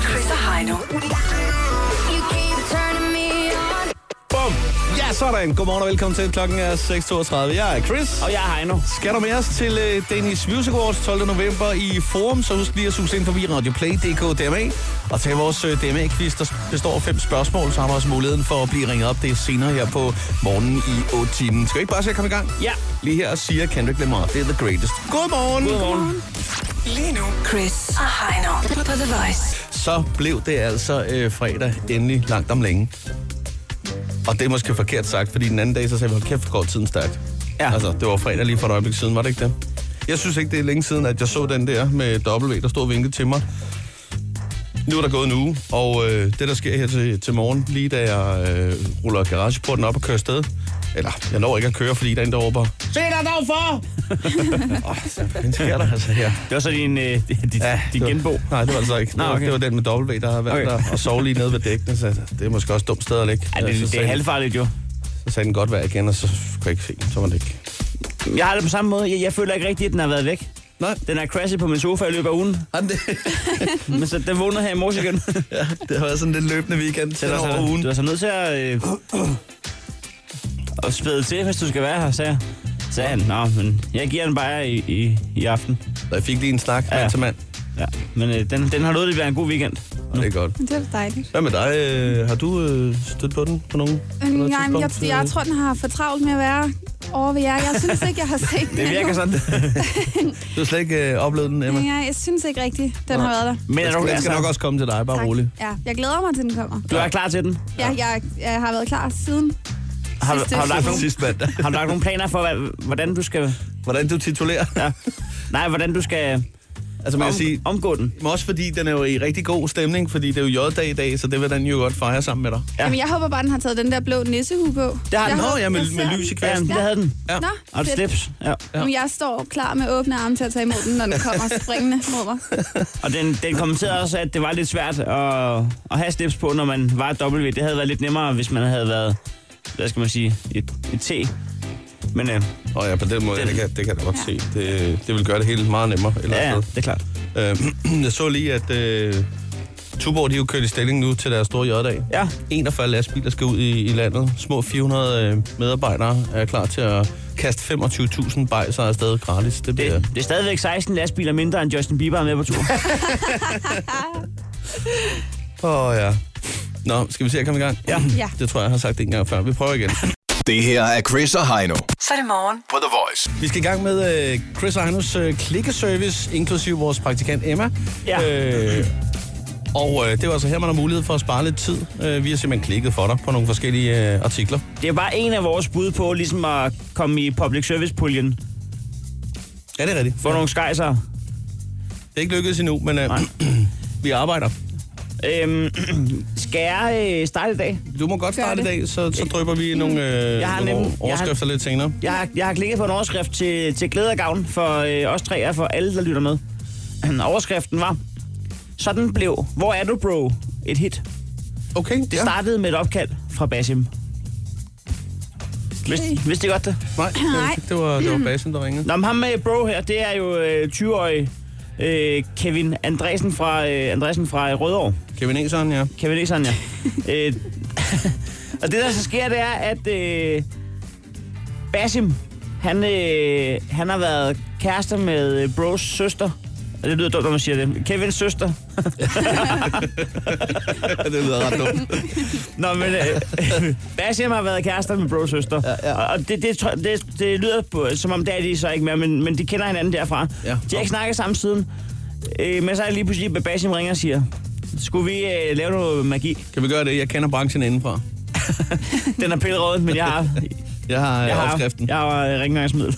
Heino. You keep turning me on. Bum! Ja, sådan. Godmorgen og velkommen til. Klokken er 6.32. Jeg er Chris. Og jeg er Heino. Skal du med os til uh, Danish Music Awards 12. november i Forum, så husk lige at suge ind forbi radioplay.dk DMA. Og til vores uh, DMA-quiz, der består af fem spørgsmål, så har du også muligheden for at blive ringet op. Det er senere her på morgenen i 8 timen. Skal vi ikke bare se at komme i gang? Ja. Lige her siger Kendrick Lamar, det er the greatest. Godmorgen! Godmorgen. Lige nu, Chris og Heino på The Voice. Så blev det altså øh, fredag endelig langt om længe. Og det er måske forkert sagt, fordi den anden dag, så sagde vi, hold kæft, går tiden stærkt. Ja. Altså, det var fredag lige for et øjeblik siden, var det ikke det? Jeg synes ikke, det er længe siden, at jeg så den der med W, der stod og vinkede til mig. Nu er der gået en uge, og øh, det, der sker her til, til morgen, lige da jeg øh, ruller garageporten op og kører afsted, eller jeg når ikke at køre, fordi der er en, der råber, Se dig dog for! hvad sker der altså her? Det var så din, øh, din, ja, din det var- genbo. Nej, det var altså ikke. Nå, Nej, okay. okay. Det var den med W, der har været Okay. okay. der og sove lige nede ved dækkene, så det er måske også et dumt sted at ligge. Ja, så, det, det, det er sagde den- halvfarligt jo. så sagde den godt vejr igen, og så kunne jeg ikke se den, så var det ikke. Jeg har det på samme måde. Jeg, jeg føler ikke rigtigt, at den har været væk. Nej, Den er crashet på min sofa i løbet af ugen. jamen, det, Men så Mm. den vågnede her i morges igen. Det ja, det har været sådan lidt løbende weekend til er over så, ugen. du er så nødt til at, øh, at spæde til, hvis du skal være her, sagde jeg. Sagde han, nå, men jeg giver den bare i, i, i aften. Så jeg fik lige en snak Ja. mand til mand, Ja, men øh, den, den har lovet at være en god weekend. og det er godt. Det er da dejligt. Hvad med dig? Øh, har du øh, stødt på den på nogen? på Øhm, noget nej, men jeg, tidspunkt? Øh, jeg tror, den har for travlt med at være over ved jer. Jeg synes ikke, jeg har set den. Det virker sådan. Du har slet ikke øh, oplevet den, Emma? endnu. Ja, jeg synes ikke rigtigt, den har været der. Men er Jeg du, skal, den skal altså, nok også komme til dig, bare Tak. rolig. Ja, jeg glæder mig til, den kommer. du er klar til den? Ja, jeg, jeg har været klar siden. Har, du- Sidste- har, du lagt sidste- nogle, Sidst mandag. har du lagt nogle planer for, hvad, hvordan du skal... Hvordan du titulerer? Ja. Nej, hvordan du skal Altså, man om, kan sige, omgå den. Men også fordi den er jo i rigtig god stemning, fordi det er jo J-dag i dag, så det vil den jo godt fejre sammen med dig. Ja. Ja. Jamen, jeg håber bare, den har taget den der blå nissehue på. Det har den. Jeg Nå, håber- ja, med, jeg med ser lys i Ja, kvasten. det havde den. Ja. Nå, Og et fedt. slips. Ja. Ja. Jamen, jeg står klar med åbne arme til at tage imod den, når den kommer springende mod mig. Og den, den kommenterede også, at det var lidt svært at, at have slips på, når man var et W. Det havde været lidt nemmere, hvis man havde været, hvad skal man sige, et, et T. Men øh, Og ja, på den måde, Den- det kan, det kan jeg da godt se. Det, det vil gøre det hele meget nemmere. Eller ja, ja. ja, det er klart. øh, jeg så lige, at øh, Tuborg, de er jo kørt i stilling nu til deres store J-dag. Ja, 41 lastbiler skal ud i, i landet. Små 400 øh, medarbejdere er klar til at kaste 25.000 bajser afsted gratis. Det bliver... det, det er stadigvæk 16 lastbiler mindre, end Justin Bieber er med på tur. Åh, oh, ja. Nå, skal vi se at komme i gang? Ja. Ja. Det tror jeg, jeg har sagt en gang før. Vi prøver igen. Det her er Chris og Heino Så er det morgen. på The Voice. Vi skal i gang med øh, Chris Ejnus øh, klikkeservice, inklusive vores praktikant Emma. Ja. Øh, og øh, det var altså her, man har mulighed for at spare lidt tid. Øh, vi har simpelthen klikket for dig på nogle forskellige øh, artikler. Det er bare en af vores bud på ligesom at komme i public service-puljen. Ja, det er rigtigt. Få Ja. nogle skejser. Det er ikke lykkedes endnu, men øh, Nej. vi arbejder. Øhm, skal jeg øh, starte i dag? Du må godt Gør starte i det. dag, så, så drøber vi nogle, øh, Jeg har nogle nemlig- jeg har- overskrifter lidt senere. Jeg har, jeg har klikket på en overskrift til, til glæde og gavn for øh, os tre og for alle, der lytter med. Overskriften var, sådan blev Hvor er du, bro? et hit. Okay, Det startede med et opkald fra Basim. Vidste, vidste I godt det? Nej, Nej. det, det var, det var basen, der ringede. Nå, men ham med bro her, det er jo øh, 20-årig øh, Kevin Andresen fra, øh, Andresen fra øh, Rødovre. Kevin Eson, ja. Kevin Ekson, ja. øh, og det, der så sker, det er, at øh, Basim, han, øh, han har været kærester med øh, Bros søster. Og Det lyder dumt, når man siger det. Kevins søster. det lyder ret dumt. Nå, men øh, Basim har været kærester med Bros søster. Ja, ja. Og det, det, tror- det, det lyder, på, som om det er de så ikke mere, men, men de kender hinanden derfra. Ja. De har ikke snakket sammen siden. Øh, men så er det lige pludselig, at Basim ringer og siger, skulle vi øh, lave noget magi? Kan vi gøre det? Jeg kender branchen indenfra. Den er pillerød, men jeg har Jeg har, øh, Jeg har, overskriften. jeg har øh, rengøringsmiddel.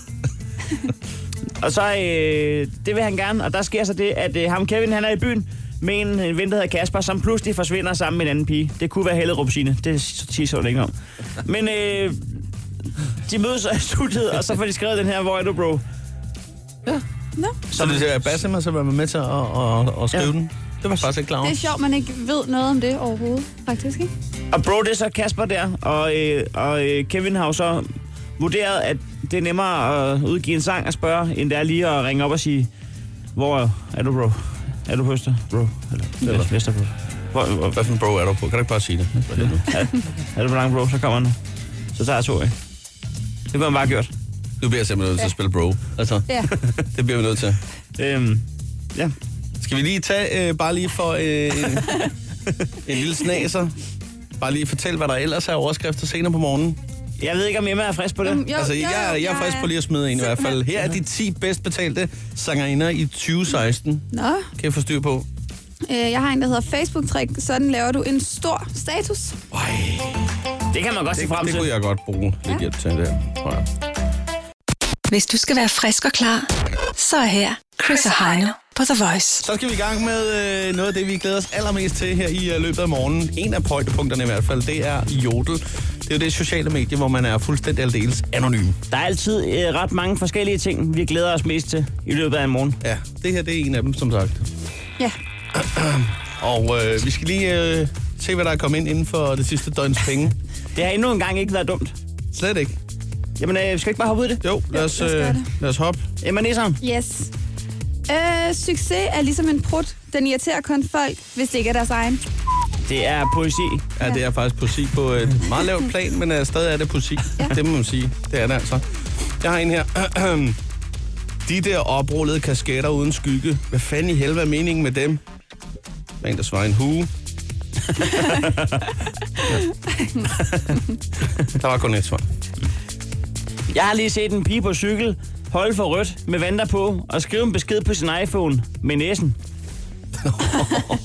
og så, øh, det vil han gerne, og der sker så det, at øh, ham Kevin, han er i byen med en, en ven, der hedder Kasper, som pludselig forsvinder sammen med en anden pige. Det kunne være Hellerup Signe, det siger så ikke om. Men øh, de mødes så i studiet, og så får de skrevet den her, hvor er du, bro? Nå, Så det er Basim, og så var med til at, at, at, at skrive ja. Ja. den. Det var jeg faktisk ikke klar over. det er sjovt, man ikke ved noget om det overhovedet, faktisk, ikke? Og bro, det er så Kasper der, og, øh, og øh, Kevin har jo så vurderet, at det er nemmere at udgive en sang og spørge, end det er lige at ringe op og sige, hvor er du, bro? Er du på Øster, bro? Eller, eller Vesterbro? Hvor, hvor, Hvad for en bro er du på? Kan du ikke bare sige det? Hvad er det nu? er du på langt, bro? Så kommer den. Så tager jeg to af. Det kunne man bare have gjort. Nu bliver jeg simpelthen nødt til at spille bro. Altså, Ja. det bliver vi nødt til. Øhm, ja. Skal vi lige tage, øh, bare lige for øh, en, en lille snaser, bare lige fortæl, hvad der ellers er overskrifter senere på morgenen. Jeg ved ikke, om Emma er frisk på det. Mm, Jo, altså, jo, jeg, jo, jeg er jeg frisk er på lige at smide en i hvert fald. Her er de 10 bedst betalte sangerinder i 2016. Nå, Kan jeg få styr på? øh, jeg har en, der hedder Facebook-trick. Sådan laver du en stor status. Ej, Det kan man godt se det, frem det til. kunne jeg godt bruge lidt hjælp til der, tror jeg. Hvis du skal være frisk og klar, så er her Chris og Heino på The Voice. Så skal vi i gang med øh, noget af det, vi glæder os allermest til her i øh, løbet af morgenen. En af højdepunkterne i hvert fald, det er Jodel. Det er jo det sociale medie, hvor man er fuldstændig aldeles anonym. Der er altid øh, ret mange forskellige ting, vi glæder os mest til i løbet af en morgen. Ja, det her det er en af dem, som sagt. Ja, Og øh, vi skal lige øh, se, hvad der er kommet ind inden for det sidste døgns penge. Det har endnu engang ikke været dumt. Slet ikke. Jamen, øh, skal vi ikke bare hoppe ud i det? Jo, lad os, øh, lad os gøre det. lad os hoppe. Emma Nissan, yes. Øh, succes er ligesom en prut. Den irriterer kun folk, hvis det ikke er deres egen. det er poesi. Ja, det er faktisk poesi på et meget lavt plan, men øh, stadig er det poesi. Ja. Det må man sige. Det er det altså. Jeg har en her. De der oprullede kasketter uden skygge. Hvad fanden i helvede er meningen med dem? Der er en, der svarer en hue. Ja. Der var kun et svar. Jeg har lige set en pige på cykel holde for rødt med vandter på og skrive en besked på sin iPhone med næsen.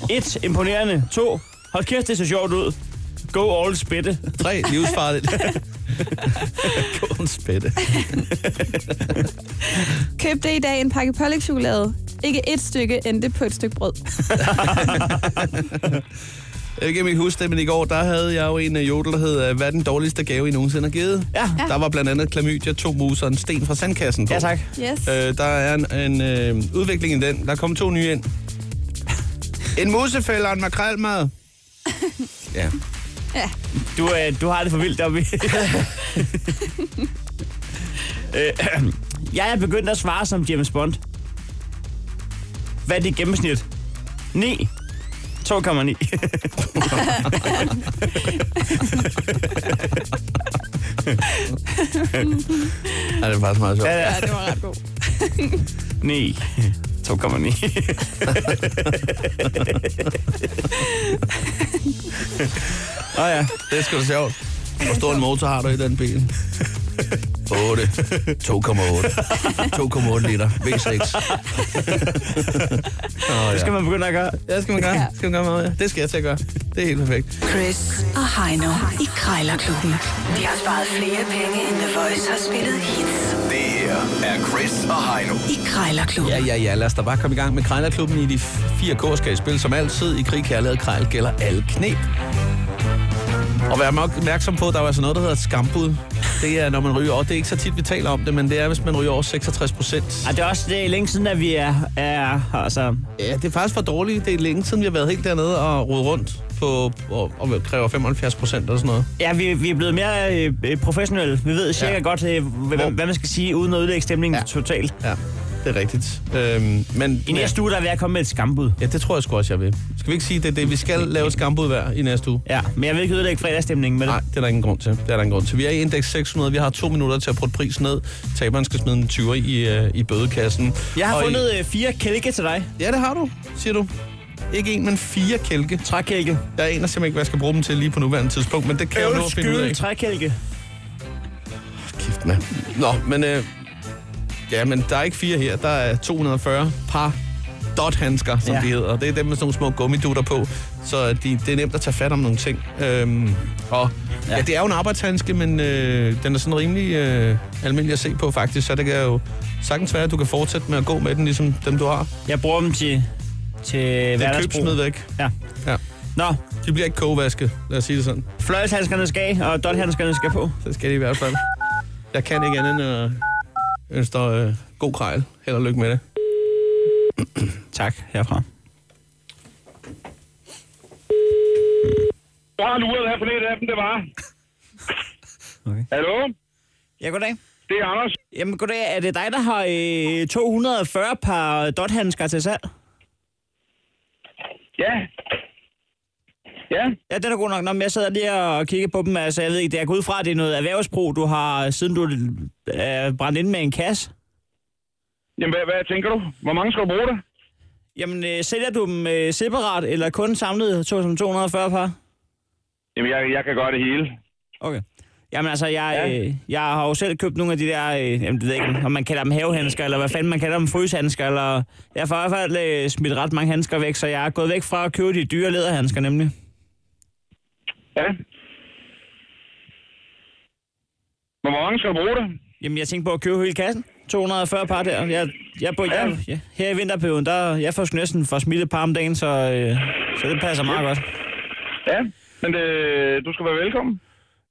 1. Imponerende. 2. Hold kæft, det så sjovt ud. Go all spætte. Tre livsfarligt. Gå en spætte. Købte i dag en pakke pålægtschokolade. Ikke et stykke endte på et stykke brød. Jeg kan ikke huske det, men i går, der havde jeg jo en øh, jodel, der hed, øh, hvad er den dårligste gave, I nogensinde har givet? Ja. Ja. Der var blandt andet klamydia, to mus og en sten fra sandkassen på. Ja, tak. Yes. Øh, der er en, en øh, udvikling i den. Der kom to nye ind. En musefælde og en makrelmad. ja. Du, øh, du har det for vildt deroppe. i- Øh, jeg er begyndt at svare som James Bond. Hvad er dit gennemsnit? 9. 2,9. ja, det er faktisk meget sjovt. Ja, Ja, det var ret god. 9. 2,9. Åh oh, ja, det er sgu da sjovt. Hvor stor en motor har du i den bil? 8. 2,8. 2,8 liter. V6. oh, Det skal man begynde at gøre. Ja, det skal man gøre. Det skal man gøre meget, ja. Det skal jeg til at gøre. Det er helt perfekt. Chris og Heino i Krejlerklubben. De har sparet flere penge, end The Voice har spillet hits Det her er Chris og Heino. i Krejlerklubben. Ja, ja, ja. Lad os da bare komme i gang med Krejlerklubben i de fire kår skal I spille. Som altid i krig, kærlighed og krejl gælder alle knep. Og vær nok opmærksom på, at der er altså noget, der hedder et skambud. Det er, når man ryger over. Det er ikke så tit, vi taler om det, men det er, hvis man ryger over 66 procent. Ej, det er også det er længe siden, at vi er, er altså, Ja, det er faktisk for dårligt. Det er længe siden, vi har været helt dernede og rodet rundt på, og, og kræver 75 procent eller sådan noget. Ja, vi, vi er blevet mere øh, øh, professionelle. Vi ved cirka Ja. ja. godt, øh, Hvor- hvad, hvad man skal sige, uden at ødelægge stemningen Ja. ja. totalt. Ja, det er rigtigt. Øhm, men I næste uge, der er ved at komme med et skambud. Ja, det tror jeg sgu også, jeg vil. Skal vi ikke sige, det er det, vi skal lave et skambud hver i næste uge? Ja, men jeg vil ikke ødelægge fredagsstemningen med det. Nej, det er der ingen grund til. Det er der ingen grund til. Vi er i indeks 600. Vi har to minutter til at putte prisen ned. Taberen skal smide en 20 i, øh, i bødekassen. Jeg har Og fundet øh, fire kælke til dig. I... Ja, det har du, siger du. Ikke en, men fire kælke. Trækælke. Jeg aner simpelthen ikke, hvad jeg skal bruge dem til lige på nuværende tidspunkt, men det kan jeg jo nå at finde ud af. Øvelskyld, trækælke. Kæft, mand. Nå, men... Øh, ja, men der er ikke fire her. Der er 240 par dot-handsker, som ja. Ja. de hedder. Det er dem med sådan nogle små gummidutter på, så de, det er nemt at tage fat om nogle ting. Øhm, og ja. ja, det er jo en arbejdshandske, men øh, den er sådan rimelig øh, almindelig at se på faktisk, så det kan jo sagtens være, at du kan fortsætte med at gå med den, ligesom dem du har. Jeg bruger dem til, til Det er køb, hverdagsbrug. smid væk. Ja. Ja. Nå, De bliver ikke kogvasket, lad os sige det sådan. fløjelshandskerne skal af, og dothandskerne skal på. Det skal de i hvert fald. Jeg kan ikke andet end at ønske dig øh, god krejl. Held og lykke med det. Tak herfra. Jeg har luret, hvad for en af dem det var. Okay. Hallo? Ja, goddag. Det er Anders. Jamen, goddag. Er det dig, der har øh, 240 par dothandsker til salg? Ja. Ja, Ja, den er god nok. Nå, men jeg sad lige og kiggede på dem. Altså, jeg ved ikke, jeg går ud fra, at det er noget erhvervsbrug, du har, øh, siden du er brændt ind med en kasse. jamen hvad, hvad tænker du? Hvor mange skal du bruge det? Jamen, øh, sælger du dem øh, separat, eller kun samlet to- som 240 par? Jamen, jeg, jeg kan gøre det hele. Okay. Jamen altså, jeg, Ja. øh, jeg har jo selv købt nogle af de der, øh, jamen, det ved jeg ikke, om man kalder dem havehandsker, eller hvad fanden man kalder dem, fryshandsker, eller... Jeg får i hvert fald øh, smidt ret mange handsker væk, så jeg er gået væk fra at købe de dyre læderhandsker, nemlig. Ja. Men hvor mange skal du bruge det? Jamen, jeg tænkte på at købe hele kassen. 240 par der. Jeg, jeg, bor, jeg, jeg, her i vinterperioden, der, jeg får sgu næsten for smidt et par om dagen, så, øh, så det passer meget godt. Ja, men øh, du skal være velkommen.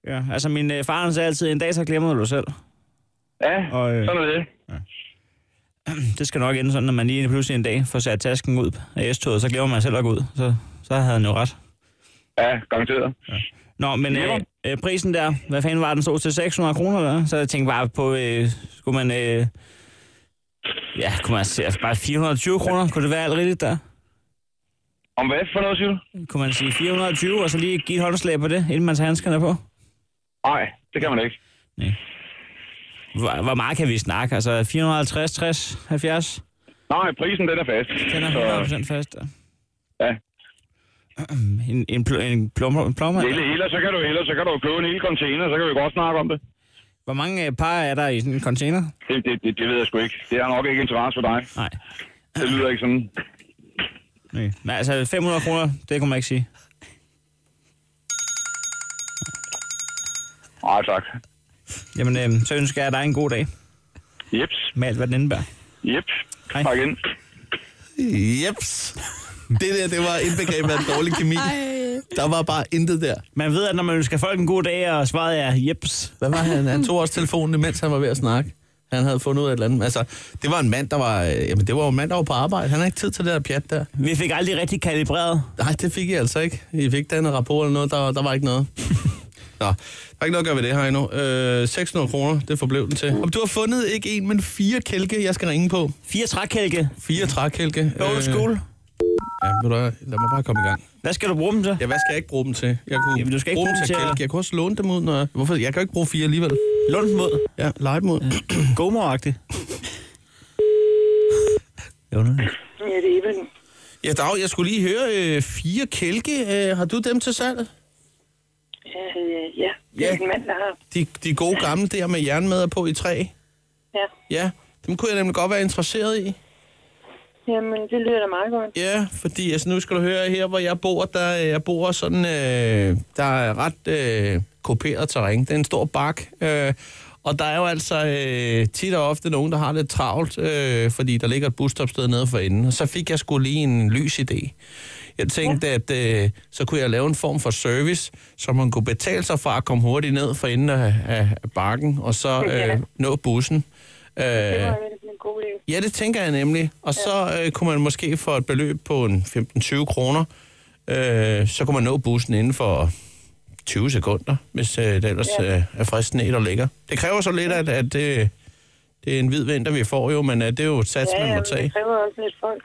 Ja, altså min øh, far han sagde altid, en dag så glemmer du dig selv. Ja, Og, øh, sådan er det. Det skal nok ende sådan, når man lige pludselig en dag får sat tasken ud af S-toget, så glemmer man selv at gå ud. Så, så havde han jo ret. Ja, garanteret. Nå, men øh, øh, prisen der, hvad fanden var den stod til 600 kroner eller? Så jeg tænkte bare på, øh, skulle man, øh, ja, kunne man sige, altså bare 420 kroner, kunne det være alt rigtigt der? Om hvad for noget, siger du? Kunne man sige 420, og så lige give et håndslag på det, inden man tager handskerne på? Nej, det kan man ikke. Hvor, hvor meget kan vi snakke? Altså 450, 60, 70? Nej, prisen den er fast. Den Så, er 100% fast. der. ja. En, en, pl- en, plum, en plummer? Eller, eller, så kan du, eller så kan du købe en hel container, så kan vi godt snakke om det. Hvor mange øh, par er der i sådan en container? Det, det, det, det ved jeg sgu ikke. Det har nok ikke interesse for dig. Nej. Det lyder ikke sådan. Nej. Men altså 500 kroner, det kunne man ikke sige. Nej, tak. Jamen, øh, så ønsker jeg dig en god dag Jeps, med alt, hvad den indebærer. jeps. Hej. Tak ind. Jeps. Det der, det var indbegrebet af dårlig kemi. Der var bare intet der. Man ved, at når man ønsker folk en god dag, og svaret er jeps. Hvad var han? Han tog også telefonen, mens han var ved at snakke. Han havde fundet ud af et eller andet. Altså, det var en mand, der var... øh, Jamen, det var jo en mand, der var på arbejde. Han har ikke tid til det der pjat der. Vi fik aldrig rigtig kalibreret. Nej, det fik I altså ikke. I fik ikke dannet rapport eller noget. Der, der var ikke noget. Nå, der er ikke noget at gøre ved det her endnu. Øh, 600 kroner, det forblev den til. Om du har fundet ikke en, men fire kælke, jeg skal ringe på. Fire trækælke. Fire trækælke. Øh, Old school. Ja, ved du, hvad, lad mig bare komme i gang. Hvad skal du bruge dem til? Ja, hvad skal jeg ikke bruge dem til? Jeg kunne Jamen, du skal ikke bruge dem til at- kælke. Jeg kunne også låne dem ud, når jeg... Hvorfor? Jeg kan jo ikke bruge fire alligevel. Lund mod. Ja, lege dem ud. Gomer-agtigt. Ja, det er Evelyn. Ja, Dag, jeg skulle lige høre øh, fire kælke. Øh, har du dem til salg? Øh, ja, det Ja. er en mand, der har. De, de gode gamle der med jernmader på i træ. Ja. Ja, dem kunne jeg nemlig godt være interesseret i. Jamen, det lyder da meget godt. Ja, fordi altså, nu skal du høre her, hvor jeg bor, der øh, jeg bor sådan, øh, der er ret øh, koperet terræn. Det er en stor bak, øh, og der er jo altså øh, tit og ofte nogen, der har lidt travlt, øh, fordi der ligger et busstopsted nede for enden. Og så fik jeg sgu lige en lys idé. Jeg tænkte, at øh, så kunne jeg lave en form for service, så man kunne betale sig fra at komme hurtigt ned for enden af, af af bakken, og så øh, nå bussen. Det Øh, var jo en god idé. Ja, det tænker jeg nemlig. Og så øh, kunne man måske for et beløb på en 15-20 kroner, øh, så kunne man nå bussen inden for 20 sekunder, hvis øh, det ellers Ja. øh, er fristen der ligger. Det kræver så lidt, at, at det, det er en hvid vinter, vi får jo, men øh, det er jo et sats, Ja, man må jamen, tage. det kræver også lidt folk.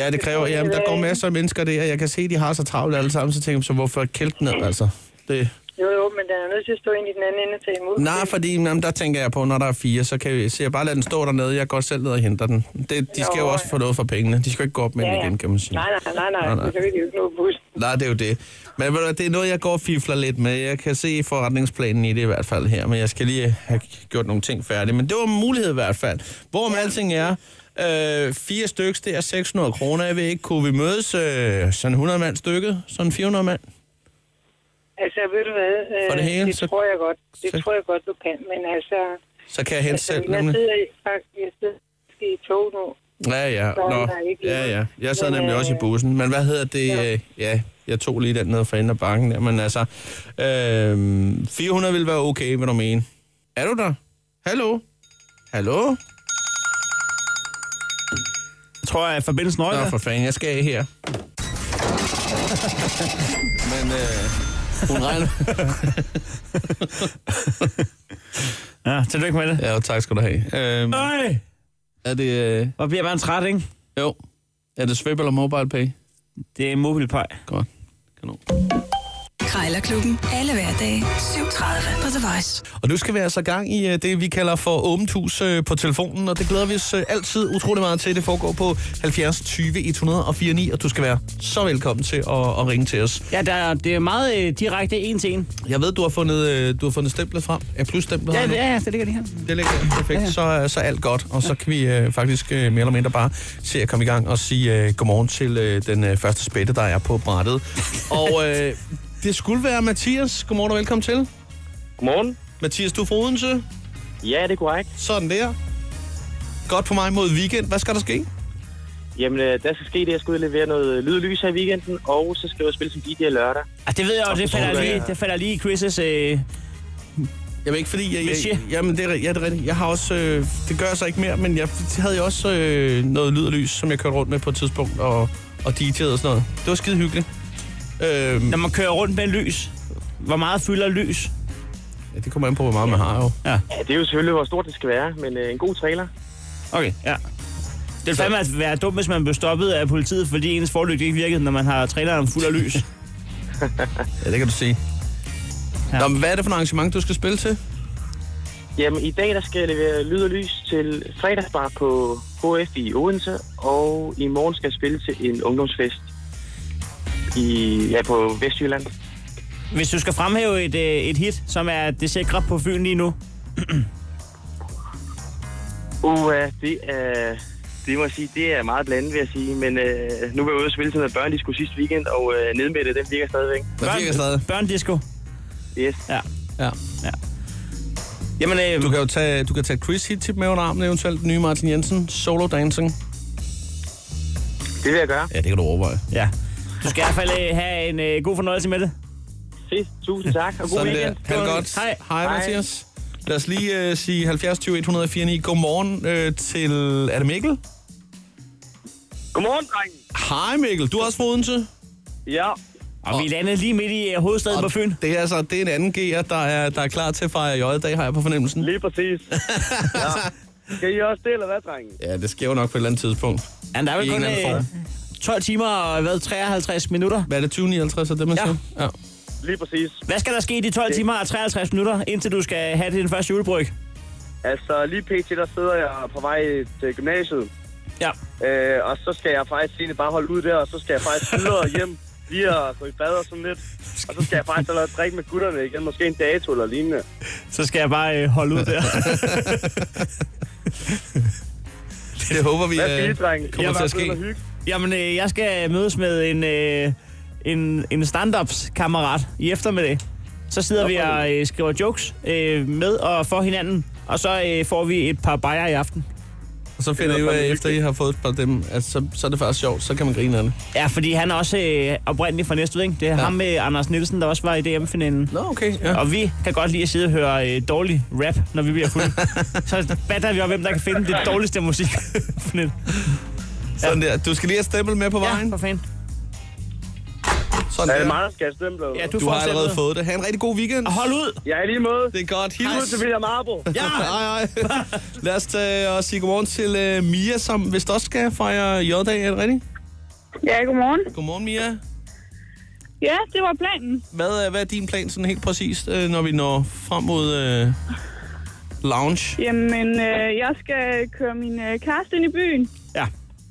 Ja, det kræver. tror jeg, Jamen, der det er- går masser af mennesker der, og jeg kan se, at de har så travlt alle sammen, så tænker jeg, så hvorfor kælt ned, altså? Det, Jo, jo, men der er nødt til at stå ind i den anden ende og tage imod. nej, fordi jamen, der tænker jeg på, når der er fire, så kan jeg, så jeg bare lade den stå dernede. Jeg går selv ned og henter den. Det, de skal jo Nå, også få noget for pengene. De skal jo ikke gå op med den igen, kan man sige. Nej, nej, nej, nej. Nej, nej. Det kan vi jo ikke nå bus. Nej, det er jo det. Men ved du, hvad, det er noget, jeg går og fifler lidt med. Jeg kan se forretningsplanen i det i hvert fald her, men jeg skal lige have gjort nogle ting færdige. Men det var en mulighed i hvert fald. Hvorom alting er, øh, fire stykker, det er 600 kroner. Jeg ved ikke, kunne vi mødes øh, sådan 100 mand stykket? Sådan 400 mand? Altså, ved du hvad? øh, For det hele, det så- tror jeg godt. Det så- tror jeg godt, du kan. Men altså, Så kan jeg hente altså selv, jeg nemlig. sidder i- faktisk jeg sidder i tog nu. Ja, ja. Så er Nå. der ikke ja, noget. ja. Jeg sad Men, nemlig også i øh, bussen. Men hvad hedder det? ja. Ja, ja jeg tog lige den ned fra enden af bakken der. Men altså, øh, 400 ville være okay, vil du mene. Er du der? Hallo? Hallo? Jeg tror, at forbindelsen Nå, røg for for... fanden, jeg skal af her. Men øh, hun regner... Ja, tillykke med det. ja, jo, tak skal du have. Øh, Øj! er det... Øh, Hvor bliver man træt, ikke? jo. Er det Svip eller MobilePay? Det er mobilpej. Godt. Kanon. Krejlerklubben. Alle hverdage 7.30 på The Voice. Og nu skal vi altså i gang i øh, det, vi kalder for åbent hus øh, på telefonen, og det glæder vi os øh, altid utrolig meget til. Det foregår på 70 20 104 9, og du skal være så velkommen til at, at ringe til os. Ja, der, er- det er meget øh, direkte en til en. Jeg ved, du har fundet, øh, du har fundet stemplet frem. Er plus stemplet Ja, her nu? ja, ja, det ligger lige her. Det ligger der. perfekt. Så er så er alt godt, og så kan vi øh, faktisk øh, mere eller mindre bare se at komme i gang og sige øh, godmorgen til øh, den øh, første spætte, der er på brættet. og øh, det skulle være Mathias. Godmorgen og velkommen til. Godmorgen. Mathias, du er fra Odense. Ja, det er korrekt. Sådan der. Godt på mig mod weekend. Hvad skal der ske? Jamen, øh, der skal ske det, jeg skal ud og levere noget lyd og lys her i weekenden, og så skal jeg spille som DJ lørdag. Ah, det ved jeg jo, det så falder tror jeg, lige, ja. det falder lige i Chris' øh, Jamen ikke fordi, jeg, jeg, Monsieur. jamen, det er, ri- ja, det er rigtigt. Jeg har også, øh, det gør jeg så ikke mere, men jeg havde jo også øh, noget lyd og lys, som jeg kørte rundt med på et tidspunkt, og, og DJ'ede og sådan noget. Det var skide hyggeligt. Øh, når man kører rundt med lys. Hvor meget fylder lys? ja, det kommer an på, hvor meget man har jo. Ja, det er jo selvfølgelig, hvor stort det skal være, men øh, en god trailer. Okay, ja. Det ville fandme at være dumt, hvis man blev stoppet af politiet, fordi ens forlygte ikke virkede, når man har traileren fuld af lys. Ja, det kan du sige. Ja. Ja. Nå, men hvad er det for et arrangement, du skal spille til? Jamen, i dag, der skal jeg levere lyd og lys til fredagsbar på HF i Odense, og i morgen skal jeg spille til en ungdomsfest i, ja, på Vestjylland. Hvis du skal fremhæve et, øh, et hit, som er det sikre på Fyn lige nu. Uh, det er... Det må jeg sige, det er meget blandet, vil jeg sige. Men øh, nu var jeg ude og spille til noget børn, de skulle sidste weekend, og øh, nede med det, den virker stadigvæk. Der virker stadig. Børndisco. Yes. Ja. Ja. Ja. Jamen, øh, Du kan jo tage, du kan tage Chris hit tip med under armen, eventuelt den nye Martin Jensen, solo dancing. Det vil jeg gøre. Ja, det kan du overveje. ja. Du skal i hvert fald øh, have en øh, god fornøjelse med det. Fedt. Tusind tak, og god Sådan der. weekend. Ha' det godt. Hej. Hej, Hej. Mathias. Lad os lige øh, sige 70 20 104 9. Godmorgen øh, til... Er det Mikkel? Godmorgen, drengen. Hej Mikkel, du er også fra Odense. Ja. Og vi landede lige midt i øh, hovedstaden på Fyn. Det er altså det er en anden G'er, der er, der er klar til at fejre J i dag, har jeg på fornemmelsen. Lige præcis. ja. Skal I også det, eller hvad, drengen? Ja, det sker jo nok på et eller andet tidspunkt. Ja, der er I vel en kun eller anden øh, 12 timer og hvad, 53 minutter. Hvad er det, 2059 er det, man Ja. siger? Ja. Lige præcis. Hvad skal der ske i de 12 timer og 53 minutter, indtil du skal have din første julebryg? Altså, lige pt. der sidder jeg på vej til gymnasiet. Ja. Øh, og så skal jeg faktisk egentlig bare holde ud der, og så skal jeg faktisk videre hjem. Lige at gå i bad og sådan lidt. Og så skal jeg faktisk allerede drikke med gutterne igen. Måske en dato eller lignende. Så skal jeg bare øh, holde ud der. Det håber vi Hvad siger I, øh, drenge? Jeg kommer til var at ske. blevet noget hygge. Jamen, øh, jeg skal mødes med en, øh, en, en stand-ups-kammerat i eftermiddag. Så sidder vi og øh, skriver jokes øh, med og for hinanden, og så øh, får vi et par bajer i aften. Og så finder I ud af, efter I har fået et par af dem, at så, så er det faktisk sjovt, så kan man grine af det. Ja, fordi han er også øh, oprindelig fra Næstved, ikke? Det er ja. ham med Anders Nielsen, der også var i DM-finalen. Nå, okay. Ja. Og vi kan godt lide at sidde og høre øh, dårlig rap, når vi bliver fulde. så batter vi om, hvem der kan finde det dårligste musik. Sådan lidt. Sådan der. Du skal lige have stempel med på vejen. ja, for fanden. Sådan Er det der. mig, der skal have stemplet? Ja, eller du, Du får har allerede stemplet. fået det. Ha' en rigtig god weekend. Og hold ud! hvad? Ja, i lige måde. Det er godt. Ud Hils. til William Arbo. Ja, hej, hej. Lad os tage og sige godmorgen til uh, Mia, som vist også skal fejre J-dag, er det rigtigt? Ja, godmorgen. Godmorgen, Mia. Ja, det var planen. Hvad, er- hvad er din plan sådan helt præcist, øh, når vi når frem mod øh, lounge? Jamen, øh, jeg skal køre min øh, kæreste ind i byen, Ja.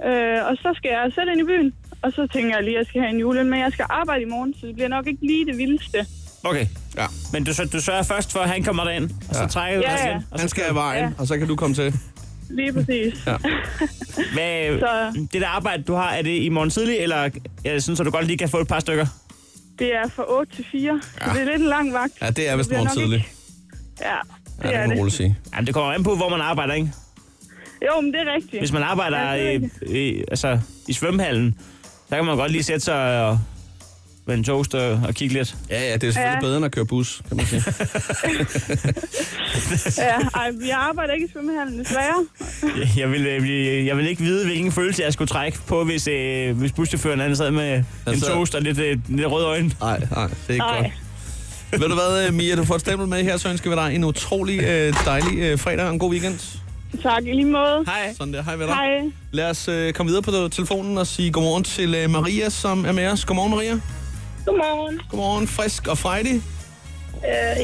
øh, og så skal jeg selv ind i byen. Og så tænker jeg lige, at jeg skal have en julen, men jeg skal arbejde i morgen, så det bliver nok ikke lige det vildeste. Okay. Ja. Men du, sør- du sørger først for, at han kommer derind, og så Ja. trækker du Ja, dig ja. til. Og Han så skal af vejen, Ja. og så kan du komme til. Lige præcis. Ja. Hvad, Så- det der arbejde, du har, er det i morgen tidlig, eller ja, sådan, så du godt lige kan få et par stykker? Det er fra 8 til 4, ja. så Ja. det er lidt en lang vagt. Ja, det er vist bliver morgen nok tidligt. ikke- Ja, Ja, det det ja, er kan man det. roligt sige. Jamen, det kommer an på, hvor man arbejder, ikke? Jo, men det er rigtigt. Hvis man arbejder Ja, det er øh, øh, altså, i svømmehallen, så kan man godt lige sætte sig og med en toast og, og kigge lidt. Ja, ja, det er selvfølgelig Ja. bedre end at køre bus, kan man sige. Ja, ej, vi arbejder ikke i svømmehallen, desværre. Jeg vil, øh, blive- jeg vil ikke vide, hvilken følelse jeg skulle trække på, hvis, øh, hvis buschaufføren han sad med en så- toast og lidt, øh, lidt røde øjne. Nej, nej, det er ikke Nej. godt. Ved du hvad, øh, Mia, du får et stempel med her, så ønsker vi dig en utrolig øh, dejlig øh, fredag og en god weekend. Tak, i lige måde. Hej. Sådan der, hej med dig. Hej. Lad os øh, komme videre på telefonen og sige godmorgen til øh, Maria, som er med os. Godmorgen, Maria. Godmorgen. Godmorgen, frisk og Friday. Øh,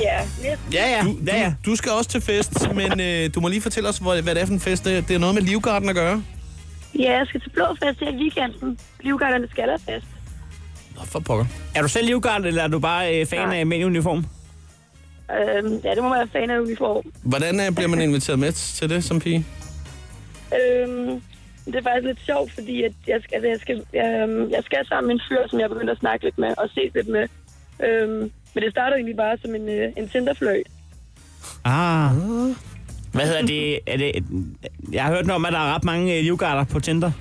ja, lidt. Ja, ja. Du, ja, ja. du, du skal også til fest, men øh, du må lige fortælle os, hvor, hvad det er for en fest. Det, det er noget med livgarden at gøre. Ja, jeg skal til Blåfest her i weekenden. Livgarderne Skallerfest. Nå, for pokker. Er du selv livgarden, eller er du bare øh, fan Nej. af mænd i uniform? Øh, ja, det må være fan af uniform. Hvordan øh, bliver man inviteret med til det som pige? Øh, det er faktisk lidt sjovt, fordi at jeg, skal, altså, jeg, skal, øh, jeg skal sammen med en fyr, som jeg begyndte at snakke lidt med og se lidt med. Øh, men det starter egentlig bare som en, øh, en Tinderfløjt. Ah. Hvad hedder det? Er det jeg har hørt noget om, at der er ret mange øh, livgarder på Tinder.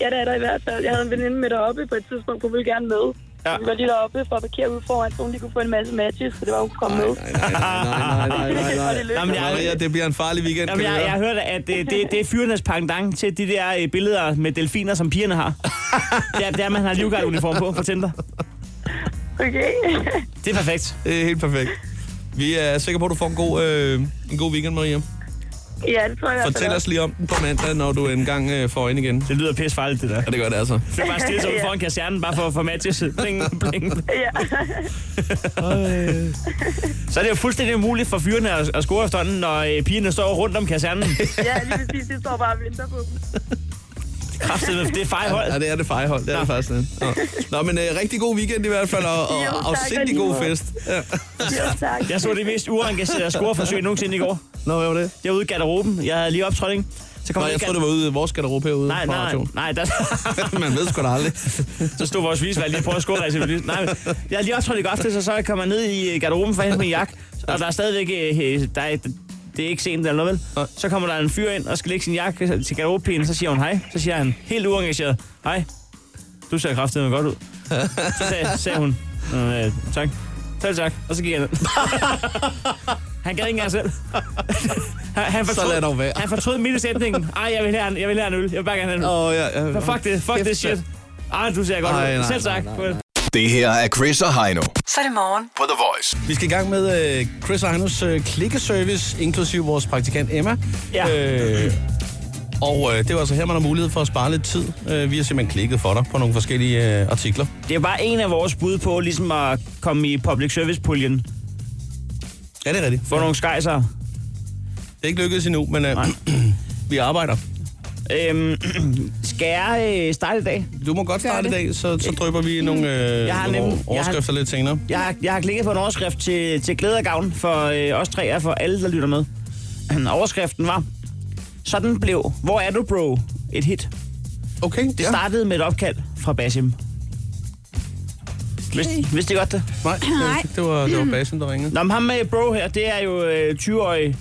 Ja, det er der i hvert fald. Jeg havde en veninde med deroppe på et tidspunkt, hun ville gerne med. Ja. Ja. Vi var lige deroppe for at parkere ude foran, så hun lige kunne få en masse matches, så det var hun kunne komme med. nej, nej, nej, nej, Og det lykkedes. Jamen, jeg- Maria, det bliver en farlig weekend, Jamen, kan jeg, vi jeg har høre. hørt, at øh, det, det, det er fyrenes pangdang til de der øh, billeder med delfiner, som pigerne har. Det er, det er at man har livgarduniform på på Tinder. Okay. Det er perfekt. Det er helt perfekt. Vi er sikre på, at du får en god, øh, en god weekend, Maria. ja, det tror jeg i hvert fald Fortæl også. os lige om den på mandag, når du engang øh, får øjne igen. Det lyder pisse farligt, det der. Og det gør det altså. Det er bare stille sig ude foran kasernen, bare for at få matches. Bling, bling. Ja. Så er det jo fuldstændig umuligt for fyrene at, at score efterhånden, når øh, pigerne står rundt om kasernen. ja, lige præcis. Det står bare og venter på dem. Kraftedeme, det er fejhold. Ja, det er det fejhold. Det er det faktisk. lidt. Nå. Nå, men øh, rigtig god weekend i hvert fald, og, og, Jo, tak, og sindsig og god lige måde. fest. Ja. Jo, tak. Jeg så det mest uengagerede scoreforsøg nogensinde i går. Nå, hvad var det? Derude i garderoben. Jeg havde lige optrådt, ikke? Så kom Nå, der jeg en troede, gar- det var ude i vores garderobe herude Nej, på nej, radioen. nej. Der, Man ved sgu da aldrig. så stod vores visværd lige på at score. Altså, nej, men jeg havde lige optrådt i går aftes, og så kommer jeg ned i øh, garderoben for at hente min jakke. Og der er stadigvæk... øh, Der er, det er ikke sent eller noget, vel? Så kommer der en fyr ind og skal lægge sin jakke til garderobepigen, så siger hun hej. Så siger han helt uengageret, hej, du ser kraftedeme godt ud. Så sagde, sagde hun, øh, tak. Selv tak. Og så gik jeg ned. Han gad ikke engang selv. Han, han fortrød, lad dog være. Han fortrød midt i sætningen. Ej, jeg vil have en, jeg vil have en øl. Jeg vil bare gerne have en øl. Åh, ja, ja. Så fuck det, fuck Kæft, det shit. Ej, du ser godt Nej, ud. nej, Selv tak. nej, Det her er Chris og Heino Så er det morgen. på The Voice. Vi skal i gang med øh, Chris Ejnus øh, klikkeservice, inklusive vores praktikant Emma. Ja. Øh, og øh, det var altså her, man har mulighed for at spare lidt tid. Øh, vi har simpelthen klikket for dig på nogle forskellige øh, artikler. Det er bare en af vores bud på ligesom at komme i public service-puljen. Ja, det er rigtigt. Få nogle skejser. Det er ikke lykkedes endnu, men øh, Nej. vi arbejder. Øhm, skal jeg øh, starte i dag? Du må godt starte i det. dag, så, så drøber vi nogle, øh, Jeg har nogle nemlig- jeg har- overskrifter lidt senere. Jeg har, jeg har klikket på en overskrift til, til glæde og gavn for øh, os tre og for alle, der lytter med. Overskriften var, sådan blev Hvor er du, bro? Et hit. Okay, Det ja. startede med et opkald fra Basim. Vidste, vidste I godt det? Nej, Nej. Øh, det var, det var Basen, der ringede. Nå, men ham med bro her, det er jo øh, 20-årig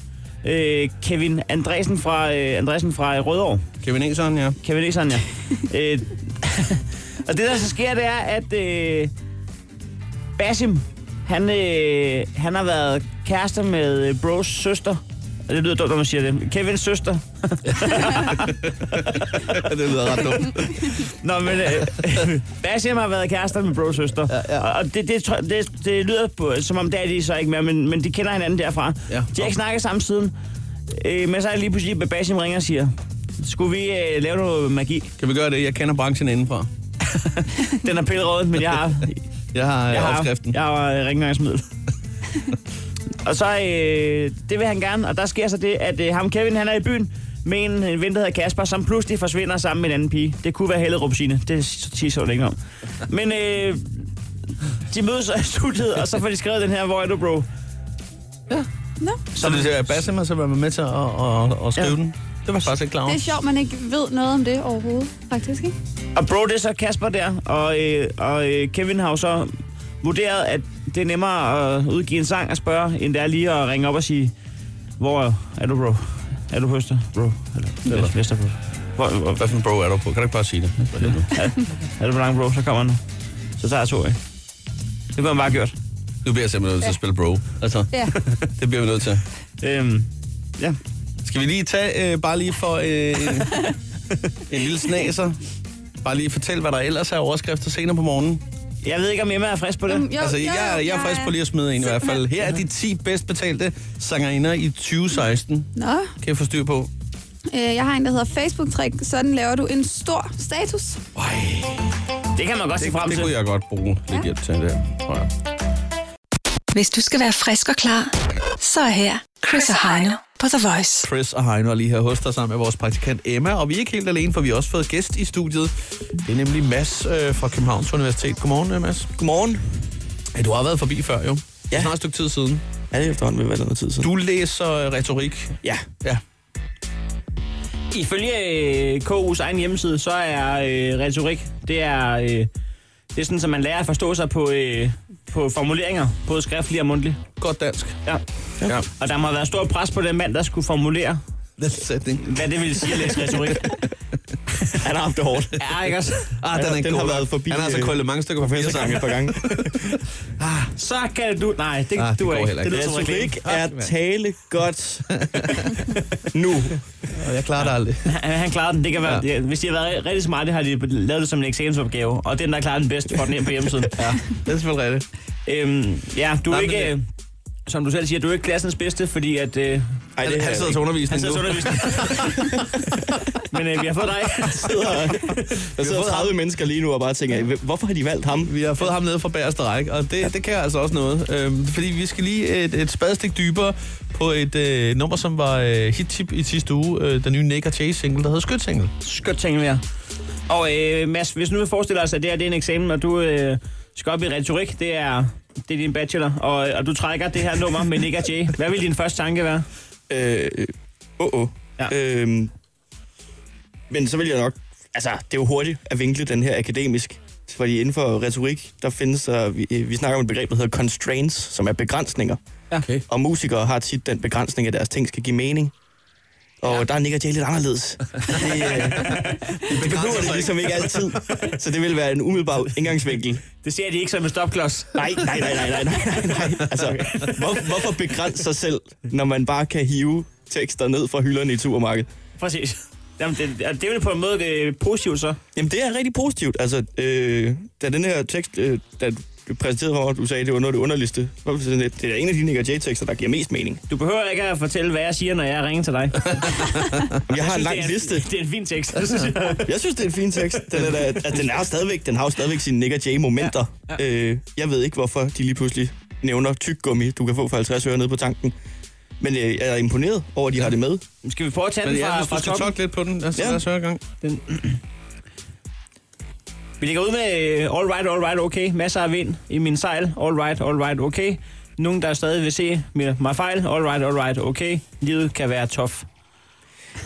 øh, Kevin Andresen fra, øh, Andresen fra Rødovre. Kevin Eseren, ja. Kevin Eseren, ja. øh, og det, der så sker, det er, at øh, Basim, han, øh, han har været kærester med øh, Bros søster. Og Det lyder dumt, når man siger det. Kevins søster. det lyder ret dumt. Nå, men øh, Basim har været kærester med Bros søster. Ja, ja. Og det, det, tror- det, det lyder på, som om det er de så ikke mere, men, men de kender hinanden derfra. Ja. De har ikke snakket sammen siden. Øh, men så er det lige pludselig, at Basim ringer og siger, skulle vi øh, lave noget magi? Kan vi gøre det? Jeg kender branchen indenfra. Den er pillerød, men jeg har Jeg har, øh, jeg har, opskriften. jeg har øh, rengøringsmiddel. og så, øh, det vil han gerne, og der sker så det, at øh, ham Kevin, han er i byen med en øh, ven, der hedder Kasper, som pludselig forsvinder sammen med en anden pige. Det kunne være Hellerup Signe, det s- siger så længe om. Men øh, de mødes så i studiet, og så får de skrevet den her, hvor er du, bro? Nå, Så det er Basim, har så været med til at, at, at skrive Ja. ja. den. Det var jeg faktisk ikke klar over. det er sjovt, man ikke ved noget om det overhovedet, faktisk, ikke? Og bro, det er så Kasper der, og, øh, og øh, Kevin har jo så vurderet, at det er nemmere at udgive en sang og spørge, end det er lige at ringe op og sige, hvor er du, bro? Er du på Øster, bro? Eller, eller Vesterbro? Hvor, hvor, Hvad for en bro er du på? Kan du ikke bare sige det? For helvede. er du på langt, bro? Så kommer han. Så tager jeg to, ikke? Det kunne han bare have gjort. Nu bliver jeg simpelthen nødt til at spille bro. Altså, Ja. det bliver vi nødt til. Øhm, ja. Skal vi lige tage, øh, bare lige for øh, en, en lille snaser. Bare lige fortæl, hvad der ellers er overskrifter senere på morgenen. Jeg ved ikke, om Emma er frisk på det. Mm, jo, altså, jeg, jeg, jeg er frisk på lige at smide en i hvert fald. Her er de 10 bedst betalte sangerinder i 2016. Nå, Kan jeg få styr på? øh, jeg har en, der hedder Facebook-trick. Sådan laver du en stor status. Ej, Det kan man godt se Det, frem det til. kunne jeg godt bruge lidt hjælp til der, tror jeg. Hvis du skal være frisk og klar, så er her Chris og Heino på The Voice. Chris og Heino er lige her hos dig sammen med vores praktikant Emma, og vi er ikke helt alene, for vi har også fået gæst i studiet. Det er nemlig Mads øh, fra Københavns Universitet. Godmorgen, øh, Mads. Godmorgen. Ja, du har været forbi før, jo. Ja. Det er snart et stykke tid siden. Er det efterhånden ved noget tid siden? Du læser øh, retorik. Ja. Ja. Ifølge øh, KU's egen hjemmeside, så er øh, retorik, det er, øh, det er sådan, at man lærer at forstå sig på, øh, på formuleringer, både skriftlige og mundtlige. Godt dansk. Ja. Ja. Og der må have været stor pres på den mand, der skulle formulere, Ah, Den sætning. hvad det ville sige at læse retorik. Han har haft det hårdt. Ja, ikke også? Ah, den, er den god har nok. været forbi, Han har altså øh, koldet mange stykker på Jeg sang fællesange. et par gange. Så kan du... Nej, det, Ah, ah, det du går er ikke. heller Det ikke. lyder som reklame. Retorik er tale godt nu. Og jeg klarer det aldrig. Han, han klarede den. Det kan være, Ja. ja. Hvis de har været rigtig smarte, har de lavet det som en eksamensopgave. Og den, der klarer den bedst, får den ind på hjemmesiden. ja. Det er selvfølgelig rigtigt. Øhm, ja, du er Nej, ikke... men det- øh, Som du selv siger, du er ikke klassens bedste, fordi at... Øh, Ej, Han, det han er sidder til han undervisning sidder til nu. undervisning. Men øh, vi har fået dig. Der sidder 30 mennesker lige nu og bare tænker, "Hvem- hvorfor har de valgt ham? Vi har fået ham nede fra bagerste række, og det, det kan altså også noget. Øhm, fordi vi skal lige et, et spadestik dybere på et øh, nummer, som var øh, hit-tip i sidste uge. Øh, den nye Nick og Chase single, der hedder Skødt Single. Skødt ting mere. Og øh, Mads, hvis nu vi forestiller os, at det her det er en eksamen, og du øh, skal op i retorik, det er, det er din bachelor, og, og du trækker det her nummer med Nick og Jay. Hvad vil din første tanke være? Øh, åh, åh. Ja. Øhm, men så vil jeg nok... Altså, det er jo hurtigt at vinkle den her akademisk. Fordi inden for retorik, der findes der... Vi, vi snakker om et begreb, der hedder constraints, som er begrænsninger. Okay. Og musikere har tit den begrænsning, at deres ting skal give mening. Og ja. der er Nick og Jay lidt anderledes. Det, øh, det behøver det ligesom ikke altid. Så det vil være en umiddelbar indgangsvinkel. Det ser de ikke som en stopklods. Nej, nej, nej, nej, nej, nej, nej. Altså, hvor, hvorfor begrænse sig selv, når man bare kan hive tekster ned fra hylderne i supermarkedet? Præcis. Jamen, det, det er jo på en måde øh, positivt så. Jamen, det er rigtig positivt. Altså, øh, da den her tekst, øh, da du præsenterede for mig, du sagde, det var noget af det underligste. Hvorfor sådan lidt? Det er en af de Nick og Jay-tekster, der giver mest mening. Du behøver ikke at fortælle, hvad jeg siger, når jeg ringer til dig. Jeg har en det lang er, liste. Det er en fin tekst. det synes jeg. Jeg synes, det er en fin tekst. Den, er, da- altså, den, er stadigvæk, den har jo stadigvæk sine Nick og Jay-momenter. Ja, ja. Øh, jeg ved ikke, hvorfor de lige pludselig nævner tyggegummi, du kan få for 50 øre nede på tanken. Men øh, jeg er imponeret over, at de har det med. Skal vi prøve at tage Men den ja, fra, hvis fra du skal toppen? tokke lidt på den, lad os, Ja. lad os høre i gang. Vi ligger ud med øh, all right, all right, okay. Masser af vind i min sejl. All right, all right, okay. Nogen, der stadig vil se mi- mig fejl. All right, all right, okay. Livet kan være tof.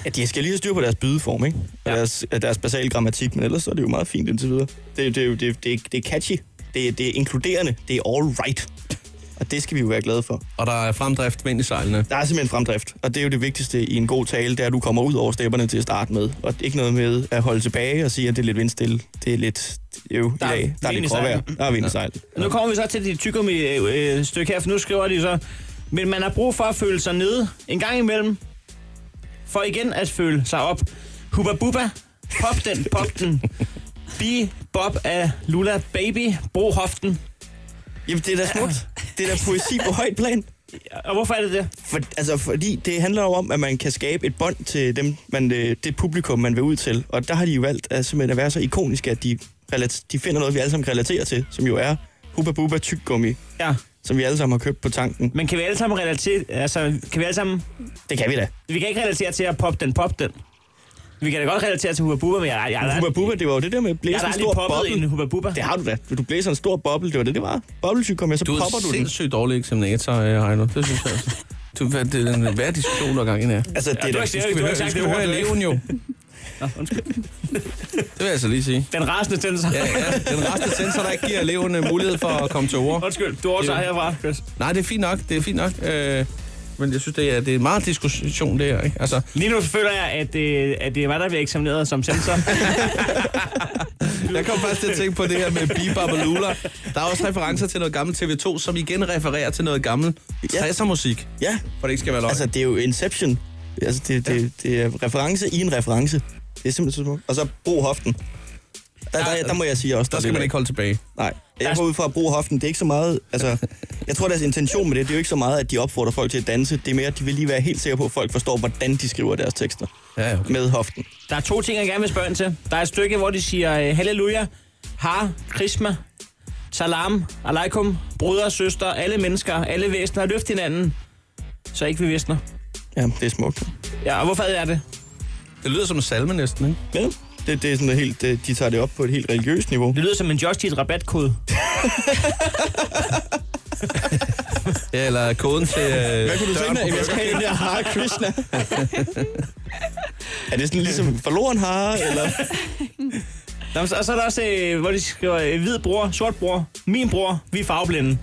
Ja, de skal lige have styr på deres bydeform, ikke? Og Ja. deres, og deres basale grammatik, men ellers så er det jo meget fint indtil videre. Det, det, det, det, er- det er catchy, det, det er inkluderende, det er all right. Og det skal vi jo være glade for. Og der er fremdrift med ind i sejlene. Der er simpelthen fremdrift, og det er jo det vigtigste i en god tale, det er, at du kommer ud over stepperne til at starte med. Og ikke noget med at holde tilbage og sige, at det er lidt vindstille. Det er lidt... Jo, Der der, er i dag, der er vind i lidt gråvejr. sejlene. Der er vind i sejlet. Nu kommer vi så til det tyggegummi øh, øh, stykke her, for nu skriver de så, men man har brug for at føle sig nede en gang imellem, for igen at føle sig op. Hubba bubba, pop den, pop den. Bi, bob af Lula Baby, brug hoften. Jamen, det er da smukt. Det er da poesi på højt plan. Og hvorfor er det det? For, altså, fordi det handler jo om, at man kan skabe et bånd til dem, man, øh, det publikum, man vil ud til. Og der har de jo valgt at, simpelthen at være så ikoniske, at de, relat- de finder noget, vi alle sammen kan relatere til, som jo er Hubba Bubba tyggegummi, Ja, som vi alle sammen har købt på tanken. men kan vi alle sammen relatere, altså, kan vi alle sammen, Det kan vi da. vi kan ikke relatere til at pop den, pop den. Vi kan da godt relatere til Hubba Bubba, men jeg, jeg, jeg, jeg, Hubba Bubba, det var jo det der med at jeg blæse har en aldrig stor poppet en boble. Hubba Bubba. Det har du da. Du blæser en stor boble, det var det, det var. Bobbeltyggegummi, og så Du er popper en du den. sindssygt dårlig eksaminator, øh, Heino. Det synes jeg altså. Du, hvad, det er den værdige diskussion, der er gang i den her. Altså, det du er da har ikke Skal vi har høre, sagt skal det vi høre ordet, ikke? eleven jo? Nå, undskyld. Det vil jeg altså lige sige. Den rasende tænder Ja, ja. Den reste sensor, der ikke giver eleven øh, mulighed for at komme til ord. Undskyld, du overtager Det er herfra, Chris. Nej, det er fint nok. Det er fint nok. Øh, men jeg synes, det er, det er meget diskussion, det her. Ikke? Altså, Lige nu føler jeg, at, øh, at det er mig, der bliver eksamineret som sensor. jeg kom faktisk til at tænke på det her med Bebop og Lula. Der er også referencer til noget gammelt TV2, som igen refererer til noget gammelt 60'er musik. Ja, For det ikke skal være løgn. altså, Altså, det er jo Inception. Altså, det, det, det er reference i en reference. Det er simpelthen så smukt. Og så brug hoften. Der, der, der, må jeg sige også, der er skal lidt man af. ikke holde tilbage. Nej, jeg går ud fra at bruge hoften. Det er ikke så meget, altså, jeg tror deres intention med det, det er jo ikke så meget, at de opfordrer folk til at danse. Det er mere, at de vil lige være helt sikre på, at folk forstår, hvordan de skriver deres tekster Ja, okay. med hoften. Der er to ting, jeg gerne vil spørge ind til. Der er et stykke, hvor de siger øh, halleluja. har, krisma, salam, alaikum, brødre, søster, alle mennesker, alle væsener, løft hinanden, så ikke vi visner. Ja, det er smukt. Ja, og hvorfor er det? Det lyder som en salme næsten, ikke? Ja, det, det er sådan noget helt, øh, de tager det op på et helt religiøst niveau. Det lyder som en Josh til et rabatkode. Ja, eller koden til... Øh, Hvad kunne du døren tænke dig, at på jeg skal have den der Hare Krishna? er det sådan ligesom forloren hare, eller? Nå, men så- Og så er der også, øh, hvor de skriver, øh, hvid bror, sort bror, min bror, vi er farveblinde.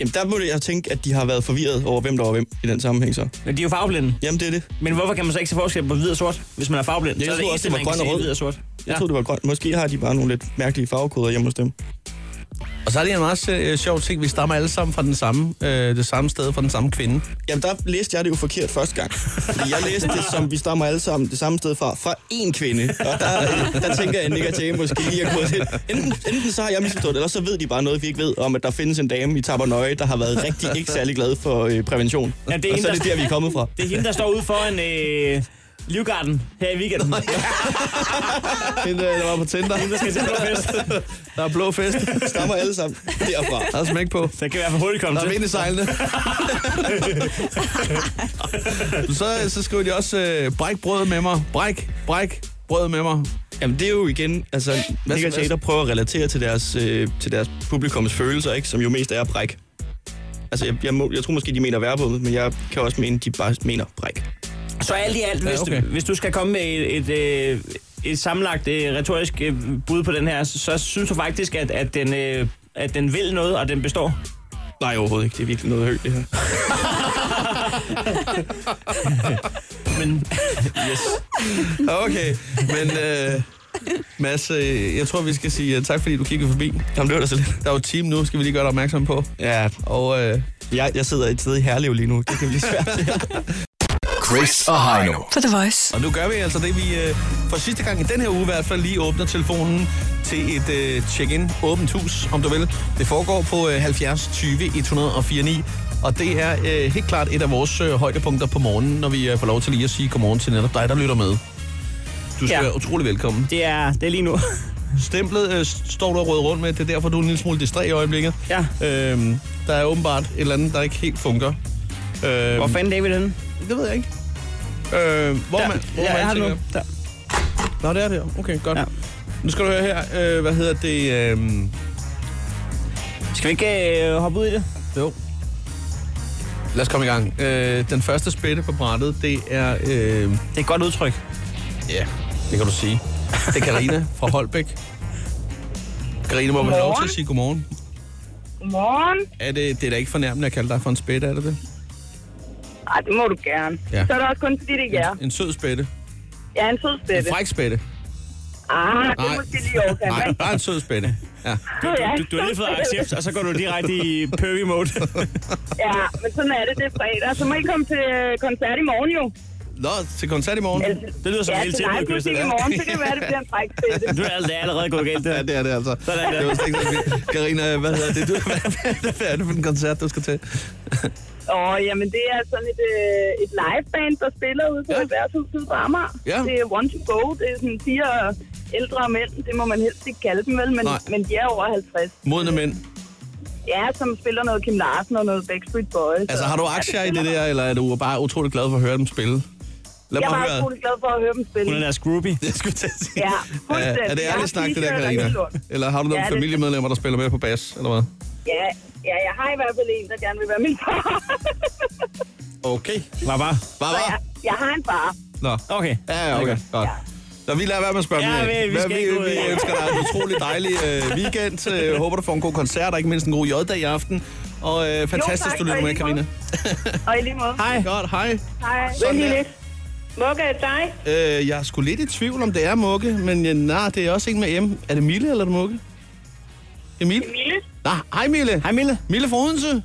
Jamen, der må jeg tænke, at de har været forvirret over, hvem der var hvem i den sammenhæng så. Men de er jo farveblinde. Jamen, det er det. Men hvorfor kan man så ikke se forskel på hvid og sort, hvis man er farveblind? Jeg så er troede også, eneste, det var man grøn kan og se, rød. Hvid og sort. Jeg Ja. troede, det var grønt. Måske har de bare nogle lidt mærkelige farvekoder hjemme hos dem. Og så er det en meget øh, sjov ting, vi stammer alle sammen fra den samme, øh, det samme sted, fra den samme kvinde. Jamen, der læste jeg det jo forkert første gang. Fordi jeg læste det, som vi stammer alle sammen det samme sted fra, fra én kvinde. Og der, der tænker jeg, at Nick og Jay måske lige har gået lidt. Enten, enten så har jeg misforstået det, eller så ved de bare noget, vi ikke ved, om at der findes en dame i Tabernøje, der har været rigtig ikke særlig glad for øh, prævention. Ja, det er og en, så er der- det der, vi er kommet fra. Det er hende, der står ude foran øh, Livgarden her i weekenden. Nå, ja. Hende, øh, der var på Tinder. Hende, der skal til blåfest. Der er blå fest. Stammer alle sammen derfra. Der er smæk på. Så kan vi i hvert fald hurtigt komme Der er til. vind i sejlene. så, så skriver de også, øh, bræk brødet med mig. Bræk, bræk brødet med mig. Jamen, det er jo igen, altså, Hvad Nick og så- Jay, der prøver at relatere til deres, øh, til deres publikums følelser, ikke? som jo mest er bræk. Altså, jeg, jeg, må, jeg tror måske, de mener værbundet, men jeg kan også mene, de bare mener bræk. Så alt i alt, hvis, okay. du, hvis du skal komme med et, et, øh, et sammenlagt øh, retorisk øh, bud på den her, så, så synes du faktisk, at, at, den, øh, at den vil noget, og den består. Nej, overhovedet ikke. Det er virkelig noget højt, det her. Men Okay, men øh, Mads, øh, jeg tror, vi skal sige øh, tak, fordi du kiggede forbi. Jamen, det var da så lidt. Der er jo et team nu, skal vi lige gøre dig opmærksom på. Ja, Og øh, jeg, jeg sidder et sted i Herlev lige nu. Det kan blive svært. Chris og Heino. På The Voice. Og nu gør vi altså det, vi øh, for sidste gang i den her uge i hvert fald lige åbner telefonen til et øh, check-in, åbent hus, om du vil. Det foregår på øh, 70 20 104 9, og det er øh, helt klart et af vores øh, højdepunkter på morgenen, når vi øh, får lov til lige at sige godmorgen til netop dig, der lytter med. Du skal Ja. ja. være utrolig velkommen. det er, det er lige nu. Stemplet øh, står du og rød rundt med, det er derfor, du er en lille smule distræt i øjeblikket. Ja. Øhm, der er åbenbart et eller andet, der ikke helt fungerer. Øhm, Hvor fanden er vi den? Det ved jeg ikke. Øh, hvor Der, man, hvor ja, man jeg har det tænker- nu. Der. Nå, det er det. Okay, godt. Ja. Ja. Nu skal du høre her, øh, hvad hedder det? Øh, Skal vi ikke øh, hoppe ud i det? jo. Lad os komme i gang. Øh, den første spætte på brættet, det er... Øh, Det er et godt udtryk. ja, det kan du sige. Det er Karina fra Holbæk. Karina må man have lov til at sige godmorgen. Godmorgen. Er det, det er da ikke fornærmende at kalde dig for en spætte, er det det? Ej, det må du gerne. Ja. Så er det også kun fordi, det er jer. En sød spætte. Jeg er en sød En spætte. fræk spætte. Ah, det Nej. er måske lige overkant. Nej, bare en sød spætte. Ja. Du, du har lige fået accept, og så går du direkte i pervy mode. Ja, men sådan er det. Det er fredag. Så må I komme til øh, koncert i morgen jo. Nå, til koncert i morgen. Det lyder som ja, et lille til tilbud, live musik Christian. i morgen, så kan det være, det bliver en fræk spætte. Nu er det allerede gået galt, det her. Ja, det er det altså. Sådan der. Det var slet ikke så vildt. Karina, hvad hedder det? Du, hvad, hvad, hvad er det for en koncert, du skal til? Åh, jamen det er sådan et, øh, et liveband, der spiller ude på Ja. ja. værtshuset på Amager. Ja. Det er One to Go. Det er sådan fire ældre mænd. Det må man helst ikke kalde dem, vel? Men, Nej. men de er over 50. Modne mænd. Ja, som spiller noget Kim Larsen og noget Backstreet Boys. Altså, og- har du Ja, aktier i spiller- det der, eller er du bare utrolig glad for at høre dem spille? Lad Jeg mig var høre. utrolig glad for at høre dem spille. Hun er deres groupie. Jeg skulle til at sige. Ja, er, fuldstændig. er det Jeg har ærligt snak, det der, t-shirt og Karina? helt lort. Eller har du nogle Ja, det- familiemedlemmer, der spiller med på bas, eller hvad? Ja, ja, jeg har i hvert fald en, der gerne vil være min far. Okay. Var bare. Bare, Så jeg, bare. jeg har en far. Nå. Okay. Ja, ja, okay. Godt. Nå, vi lader være med at spørge Ja, mere. vi- vi Hvad- skal vi, ikke ud vi i- ønsker dig en utrolig dejlig øh, weekend. Øh, håber, du får en god koncert, og ikke mindst en god J-dag i aften. Og øh, fantastisk, tak, du lytter og i med, lige Karina. måde. Og i lige måde. Hej. Godt, hej. Hej. Sådan der. Mugge er dig. Øh, jeg er sgu lidt i tvivl, om det er Mugge, men øh, nej, det er også en med M. Er det Mille, eller er det Mugge? Emil? Mille. Nej, hej Mille. Hej Mille. Mille fra Odense.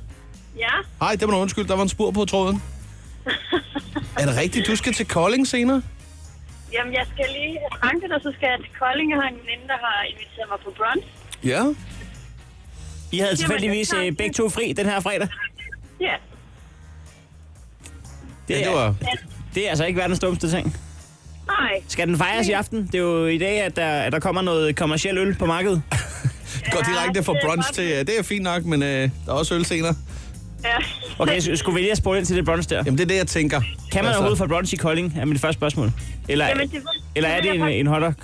Ja. Hej, det var noget undskyld, der var en spur på tråden. er det rigtigt, du skal til Kolding senere? Jamen, jeg skal lige have tanken, og så skal jeg til Kolding og have en veninde, der har inviteret mig på brunch. Ja. I havde tilfældigvis øh, begge to fri den her fredag. Ja. Det ja er, det var... det er altså ikke verdens dummeste ting. Nej. Skal den fejres i aften? Det er jo i dag, at der, at der kommer noget kommerciel øl på markedet. Går direkte fra brunch til, øh, det er fint nok, men øh, der er også øl senere. Ja. Okay, så skulle vi lige have spurgt ind til det brunch der? Jamen, det er det, jeg tænker. Kan man Altså- overhovedet få brunch i Kolding, er mit første spørgsmål. Eller, Jamen, det ved- eller er det det ved en, jeg en hotdog?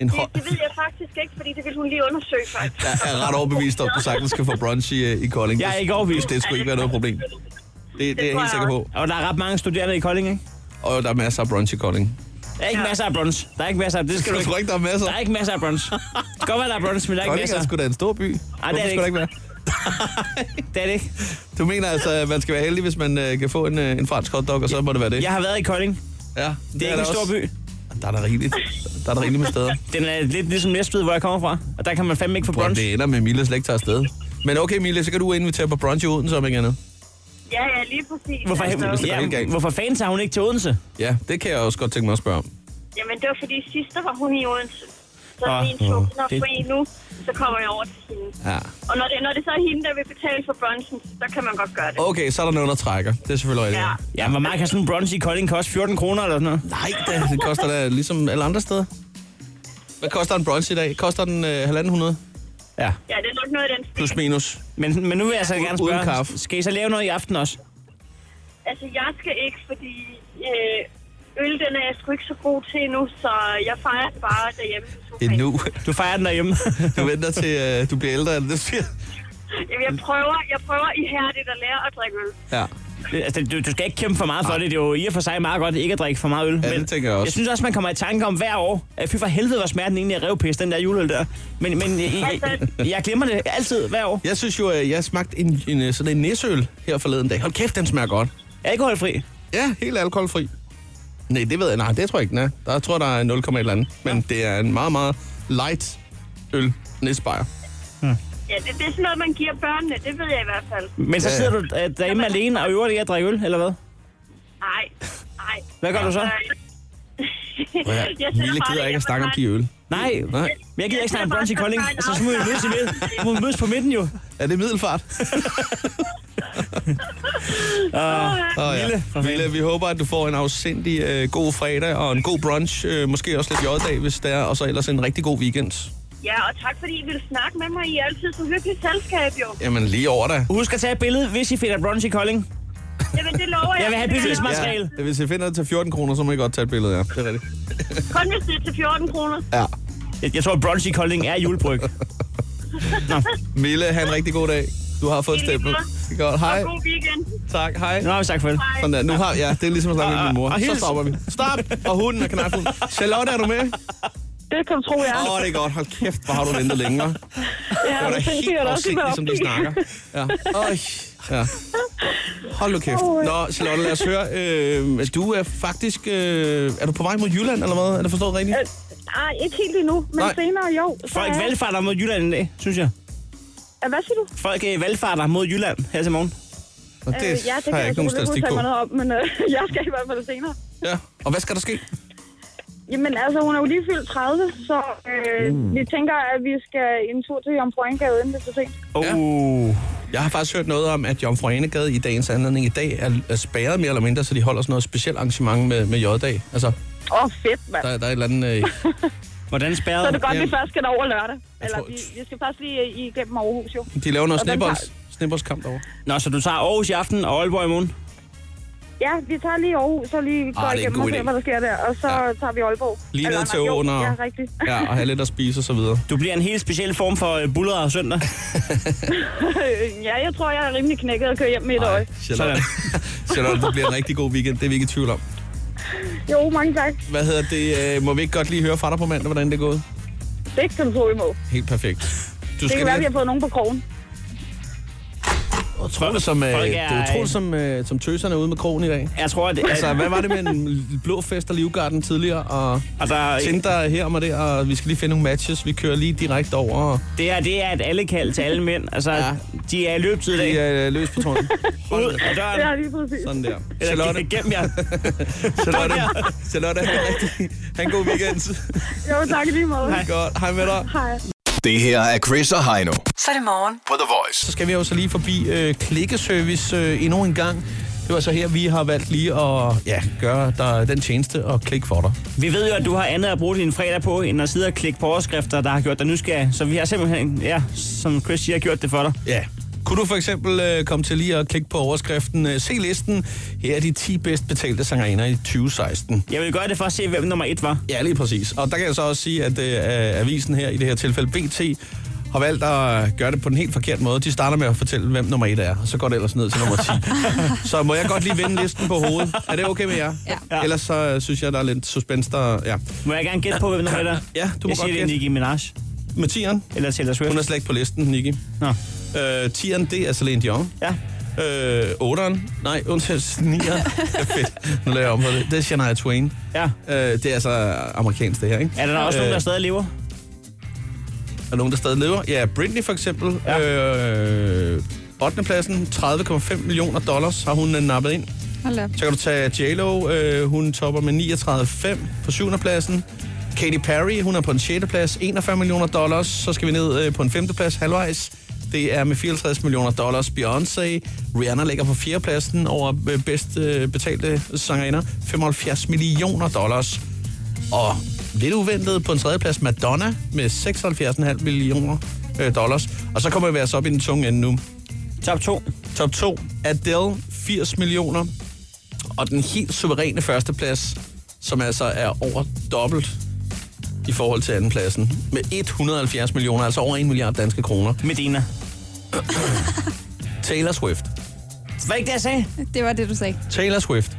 En Det, det ved jeg faktisk ikke, fordi det ville hun lige undersøge, faktisk. Jeg er ret overbevist om, at du sagtens skal få brunch i, øh, i Kolding. Jeg er ikke overbevist. Det skulle ikke være noget problem. Det, det, det er jeg helt tror jeg sikker på. Og der er ret mange studerende i Kolding, ikke? Og der er masser af brunch i Kolding. Der er ikke masser af brunch. Der er ikke masser af... Det skal du Jeg ikke. tror ikke, der er masser. Der er ikke masser af brunch. Det kan godt være, der er brunch, men der er ikke Kolding masser. er sgu da en stor by. Ej, Hvorfor det er det skulle der ikke. være? Det er det ikke. Du mener altså, at man skal være heldig, hvis man øh, kan få en, øh, en fransk hotdog, og så må det være det? Jeg har været i Kolding. Ja, Det er ikke en der stor også. by. Der er der rigeligt. Der er der rigeligt med steder. Den er lidt ligesom Næstved, hvor jeg kommer fra. Og der kan man fandme ikke få Bro, brunch. det ender med, at Mille slet ikke tager afsted. Men okay, Mille, så kan du invitere på brunch i Odense om ikke andet. Ja, ja, lige præcis. Altså, Hvorfor, hvis det går helt ja, galt. hvorfor fanden tager hun ikke til Odense? Ja, det kan jeg også godt tænke mig at spørge om. Jamen, det var fordi sidst, der var hun i Odense. Så Ah, er min ah, tog, hun er det- fri nu, så kommer jeg over til hende. Ja. Og når det, når det så er hende, der vil betale for brunchen, så kan man godt gøre det. Okay, så er der nogen, der trækker. Det er selvfølgelig rigtigt. Ja. Ja, hvor meget kan sådan en brunch i Kolding koste? 14 kroner eller sådan noget? Nej, det, det koster da ligesom alle andre steder. Hvad koster en brunch i dag? Koster den øh, 1.500? Ja. Ja, det er nok noget af den stil. Plus minus. Men, men nu vil jeg så gerne Uden spørge, kaffe. skal I så lave noget i aften også? Altså, jeg skal ikke, fordi øh, øl, den er jeg sgu ikke så god til endnu, så jeg fejrer den bare derhjemme. på sofaen. Endnu. Du fejrer den derhjemme. Du venter til, øh, du bliver ældre, eller det du siger. Jamen, jeg prøver, jeg prøver ihærdigt at lære at drikke øl. Ja. Altså, du, du skal ikke kæmpe for meget for det. Det er jo i og for sig meget godt ikke at drikke for meget øl. Ja, det tænker jeg også. Jeg synes også, man kommer i tanke om hver år, at fy for helvede, hvor smerten egentlig er revpis, den der juleøl der. Men, men jeg, jeg, jeg glemmer det altid hver år. Jeg synes jo, at jeg smagte en, en, øh, sådan en nisseøl her forleden dag. Hold kæft, den smager godt. Alkoholfri. Ja, helt alkoholfri. Nej, det ved jeg. Nej, det tror jeg ikke, den er. Der tror der er 0, et eller andet. Men det er en meget, meget light øl. Nissebajer. Ja, det, det er sådan noget, man giver børnene, det ved jeg i hvert fald. Men så Ja, ja. sidder du øh, derhjemme alene og øver dig i at drikke øl, eller hvad? Nej, nej. Altså, Hvad gør du så? Ja, Mille gider ikke at snakke om de øl. Nej, Nej. men jeg gider ikke snakke om brunch i Kolding. Altså, så må vi mødes, i midt. må vi mødes på midten jo. Er det middelfart? Åh, oh, Mille, for ja. Mille, vi håber, at du får en afsindig øh, god fredag og en god brunch. Øh, måske også lidt joddag, hvis det er. Og så ellers en rigtig god weekend. Ja, og tak fordi I ville snakke med mig. I er altid så hyggeligt selskab, jo. Jamen, lige over dig. Husk at tage et billede, hvis I finder brunch i Kolding. Jamen, det lover jeg. Jeg vil have Det gør bevismateriale. Materiale. Ja, hvis jeg finder det til 14 kroner, så må jeg godt tage et billede, ja. Det er rigtigt. jeg. Kun hvis det er til 14 kroner. Ja. Jeg, jeg tror, at brunch i Kolding er julebryg. Nå. Mille, have en rigtig god dag. Du har fået et I lige stempel. måde. Godt, hej. Og god weekend. Tak, hej. Nu har vi sagt farvel. Sådan der. Nu har, ja, det er ligesom at snakke med min mor. Og- og Så hils. stopper vi. Stop! Og hunden og knaphunden. Charlotte, er du med? Åh, Det kom, tror jeg. oh, det er godt. Hold kæft, hvor har du ventet længere. Det ja, var da det helt tænker jeg da også, I var afsindigt, som de opgivet. snakker. Ja. Øj. Ja. Hold nu kæft. Nå, Charlotte, lad os høre. Øh, du er faktisk... Øh, er du på vej mod Jylland, eller hvad? Er det forstået rigtigt? Øh, Nej, ikke helt endnu, men Nej. senere jo. Så Folk er- valgfarter mod Jylland i dag, synes jeg. Ja, Hvad siger du? Folk øh, valgfarter mod Jylland her til morgen. Og det, Øh, ja, det har kan jeg jeg ikke nogen selvfølgelig statistik udtale på. mig noget om, men øh, jeg skal i hvert fald senere. Ja. Og hvad skal der ske? Jamen altså, hun er jo lige fyldt 30, så øh, mm. vi tænker, at vi skal en tur til Jomfru Engade, inden det er for sent. Oh. Ja. Ja. Jeg har faktisk hørt noget om, at Jomfru Anegade i dagens anledning i dag er, er spærret mere eller mindre, så de holder sådan noget specielt arrangement med, med J-dag. Altså, Åh, oh, fedt, mand. der, der er et eller andet... Øh, Hvordan Så spærrede er det godt, at vi Jamen. først skal over lørdag. Eller tror- vi, vi skal først lige øh, igennem Aarhus, jo. de laver noget Og den snebols, snebollskamp derovre. Nå, så du tager Aarhus i aften og Aalborg i morgen. Ja, vi tager lige Aarhus, så lige går Ah, det er en igennem god og ser, idé. hvad der sker der. Og så Ja. ja. tager vi Aalborg. Lige ned Eller til nej, jo, åen og, Ja, rigtigt. ja, og have lidt at spise og så videre. Du bliver en helt speciel form for øh, buller og søndag. ja, jeg tror, jeg er rimelig knækket at køre hjem med et øje. Charlotte, Charlotte, det bliver en rigtig god weekend, det er vi ikke i tvivl om. Jo, mange tak. Hvad hedder det? Øh, må vi ikke godt lige høre fra dig på mandag, hvordan det er gået? Det kan du tro imod. Helt perfekt. Du Det kan være, at vi lige- har fået nogen på krogen. utroligt, som, øh, Folk det er- er utroligt, som, øh, som tøserne er ude med krogen i dag. Jeg tror, at, at Altså, hvad var det med en blå fest og livgarden tidligere, og og der, Tinder her og der, og vi skal lige finde nogle matches. Vi kører lige direkte over, og det, her, det er et allekald til alle mænd. Altså, Ja. ja. de er i løbetid i dag. vi er øh, løs på tårnet. Ud af døren. Ja, lige præcis. Sådan der. Eller Charlotte, gem- gem jer. Charlotte, Charlotte, han er rigtig. Han god weekend. Jo, tak i lige måde. Godt, hej med dig. Hej. Det her er Chris og Heino Så er det morgen. på The Voice. Så skal vi jo så lige forbi øh, klikkeservice øh, endnu en gang. Det var så her, vi har valgt lige at ja, gøre dig den tjeneste og klikke for dig. Vi ved jo, at du har andet at bruge din fredag på, end at sidde og klikke på overskrifter, der har gjort dig nysgerrig. Så vi har simpelthen, ja, som Chris siger, gjort det for dig. Ja. Kunne du for eksempel øh, komme til lige at klikke på overskriften øh, Se listen, her er de 10 bedst betalte sangerinder i 2016. Jeg vil gøre det for at se, hvem nummer et var. Ja, lige præcis. Og der kan jeg så også sige, at øh, avisen her, i det her tilfælde BT, har valgt at gøre det på den helt forkerte måde. De starter med at fortælle, hvem nummer 1 er, og så går det ellers ned til nummer 10. så må jeg godt lige vende listen på hovedet. Er det okay med jer? Ja. Ellers så øh, synes jeg, der er lidt suspense der... Ja. Må jeg gerne gætte på, hvem nummer et er? Ja, du må godt jeg siger, det er gætte. Nicki Minaj. Med tieren? Eller Taylor Swift. Hun er slet ikke på listen, Nicki. Nå. Øh, tieren, det er Celine Dion. Ja. Øh, otteren. Nej, undskyld, nieren. Ja, Fedt. Nu laver jeg om på det. Det er Shania Twain. Ja. Øh, det er altså amerikansk, det her, ikke? Øh, Er der også nogen, der stadig lever? Er der nogen, der stadig lever? Ja, Britney for eksempel. Ja. Øh, 8. pladsen, 30,5 millioner dollars har hun øh, nappet ind. Hold op. Så kan du tage J-Lo, øh, hun topper med 39,5 på 7. pladsen. Katy Perry, hun er på en 6. plads, 41 millioner dollars. Så skal vi ned øh, på en 5. plads halvvejs. Det er med 54 millioner dollars. Beyoncé, Rihanna ligger på 4. pladsen over øh, bedst øh, betalte sangerinder. 75 millioner dollars. Og lidt uventet på en 3. plads Madonna med 76,5 millioner øh, dollars. Og så kommer vi altså op i den tunge ende nu. Top 2. Top 2. Adele, 80 millioner. Og den helt suveræne førsteplads, som altså er over dobbelt i forhold til andenpladsen. Med 170 millioner, altså over 1 milliard danske kroner. Medina. Taylor Swift. Var ikke det, jeg sagde? Det var det, du sagde. Taylor Swift.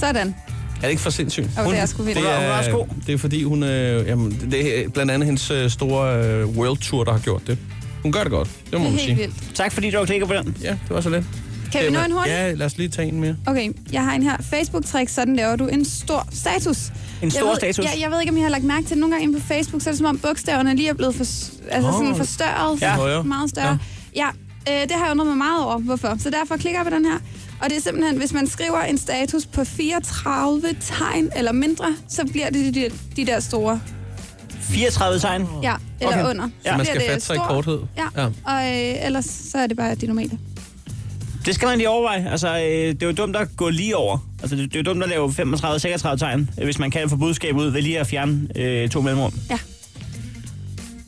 Sådan. Er det ikke for sindssygt? Og det er sgu vildt. Hun er- hun er også god. Det er fordi, hun... Øh, jamen, det er blandt andet hendes øh, store øh, World Tour, der har gjort det. Hun gør det godt, det må Det er man helt sige. vildt. Tak fordi du har klikket på den. Ja, det var så lidt. Kan vi nå en hurtig? Ja, lad os lige tage en mere. Okay, jeg har en her. Facebook-trick, sådan laver du en stor status. En stor jeg ved, status? Jeg, jeg ved ikke, om I har lagt mærke til det. Nogle gange inde på Facebook, så er det som om bogstaverne lige er blevet for, altså Nå. oh. sådan forstørret. Ja. for- Meget større. Ja, ja øh, det har jeg undret mig meget over, hvorfor. Så derfor klikker jeg på den her. Og det er simpelthen, hvis man skriver en status på 34 tegn eller mindre, så bliver det de, de, de der store. 34 tegn. Ja, eller Okay. under. Så man bliver skal det fatte sig i stor. korthed. Ja, Ja. ja. og øh, ellers så er det bare de normale. Det skal man lige overveje. Altså, øh, det er jo dumt at gå lige over. Altså, det, det er jo dumt at lave 35-36 tegn, øh, hvis man kan få budskab ud ved lige at fjerne øh, to mellemrum. Ja.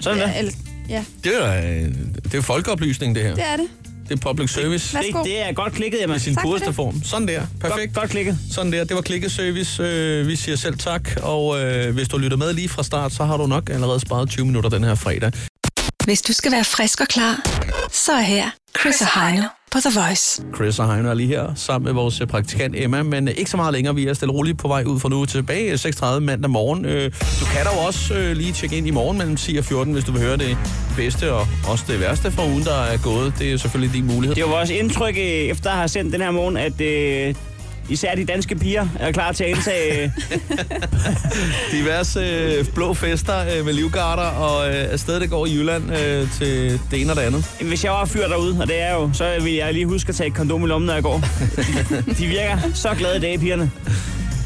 Sådan ja, der. eller, ja, Det er, øh, det er folkeoplysning, det her. det er det. Det er public service. Værsgo. Det- det er godt klikket, Emma. I sin Tak for pureste det. form. Sådan der. Perfekt. Godt, godt klikket. Sådan der. Det var klikkeservice. Øh, vi siger selv tak. Og øh, hvis du lytter med lige fra start, så har du nok allerede sparet 20 minutter den her fredag. Hvis du skal være frisk og klar, så er her Chris og Heino på The Voice. Chris og Heino er lige her sammen med vores øh, praktikant Emma, men øh, ikke så meget længere. Vi er stille og roligt på vej ud fra nu tilbage øh, 6.30 mandag morgen. Øh, Du kan dog også øh, lige tjekke ind i morgen mellem 10 og 14, hvis du vil høre det bedste og også det værste fra ugen, der er gået. Det er selvfølgelig din mulighed. Det var vores indtryk, øh, efter at have sendt den her morgen, at øh, især de danske piger er klar til at indtage... Øh, diverse øh, blå fester øh, med livgarder, og øh, afsted det går i Jylland øh, til det ene og det andet. hvis jeg var fyr derude, og det er jeg jo, så vil jeg lige huske at tage et kondom i lommen, når jeg går. De virker så glade i dag, pigerne.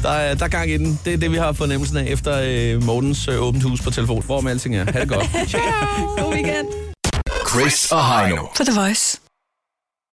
Der er, der er gang i den. Det er det, vi har fornemmelsen af efter øh, Mortens øh, åbent hus på telefon. Hvor med alting er. Ha' det godt. God weekend. Chris og Heino. På The Voice.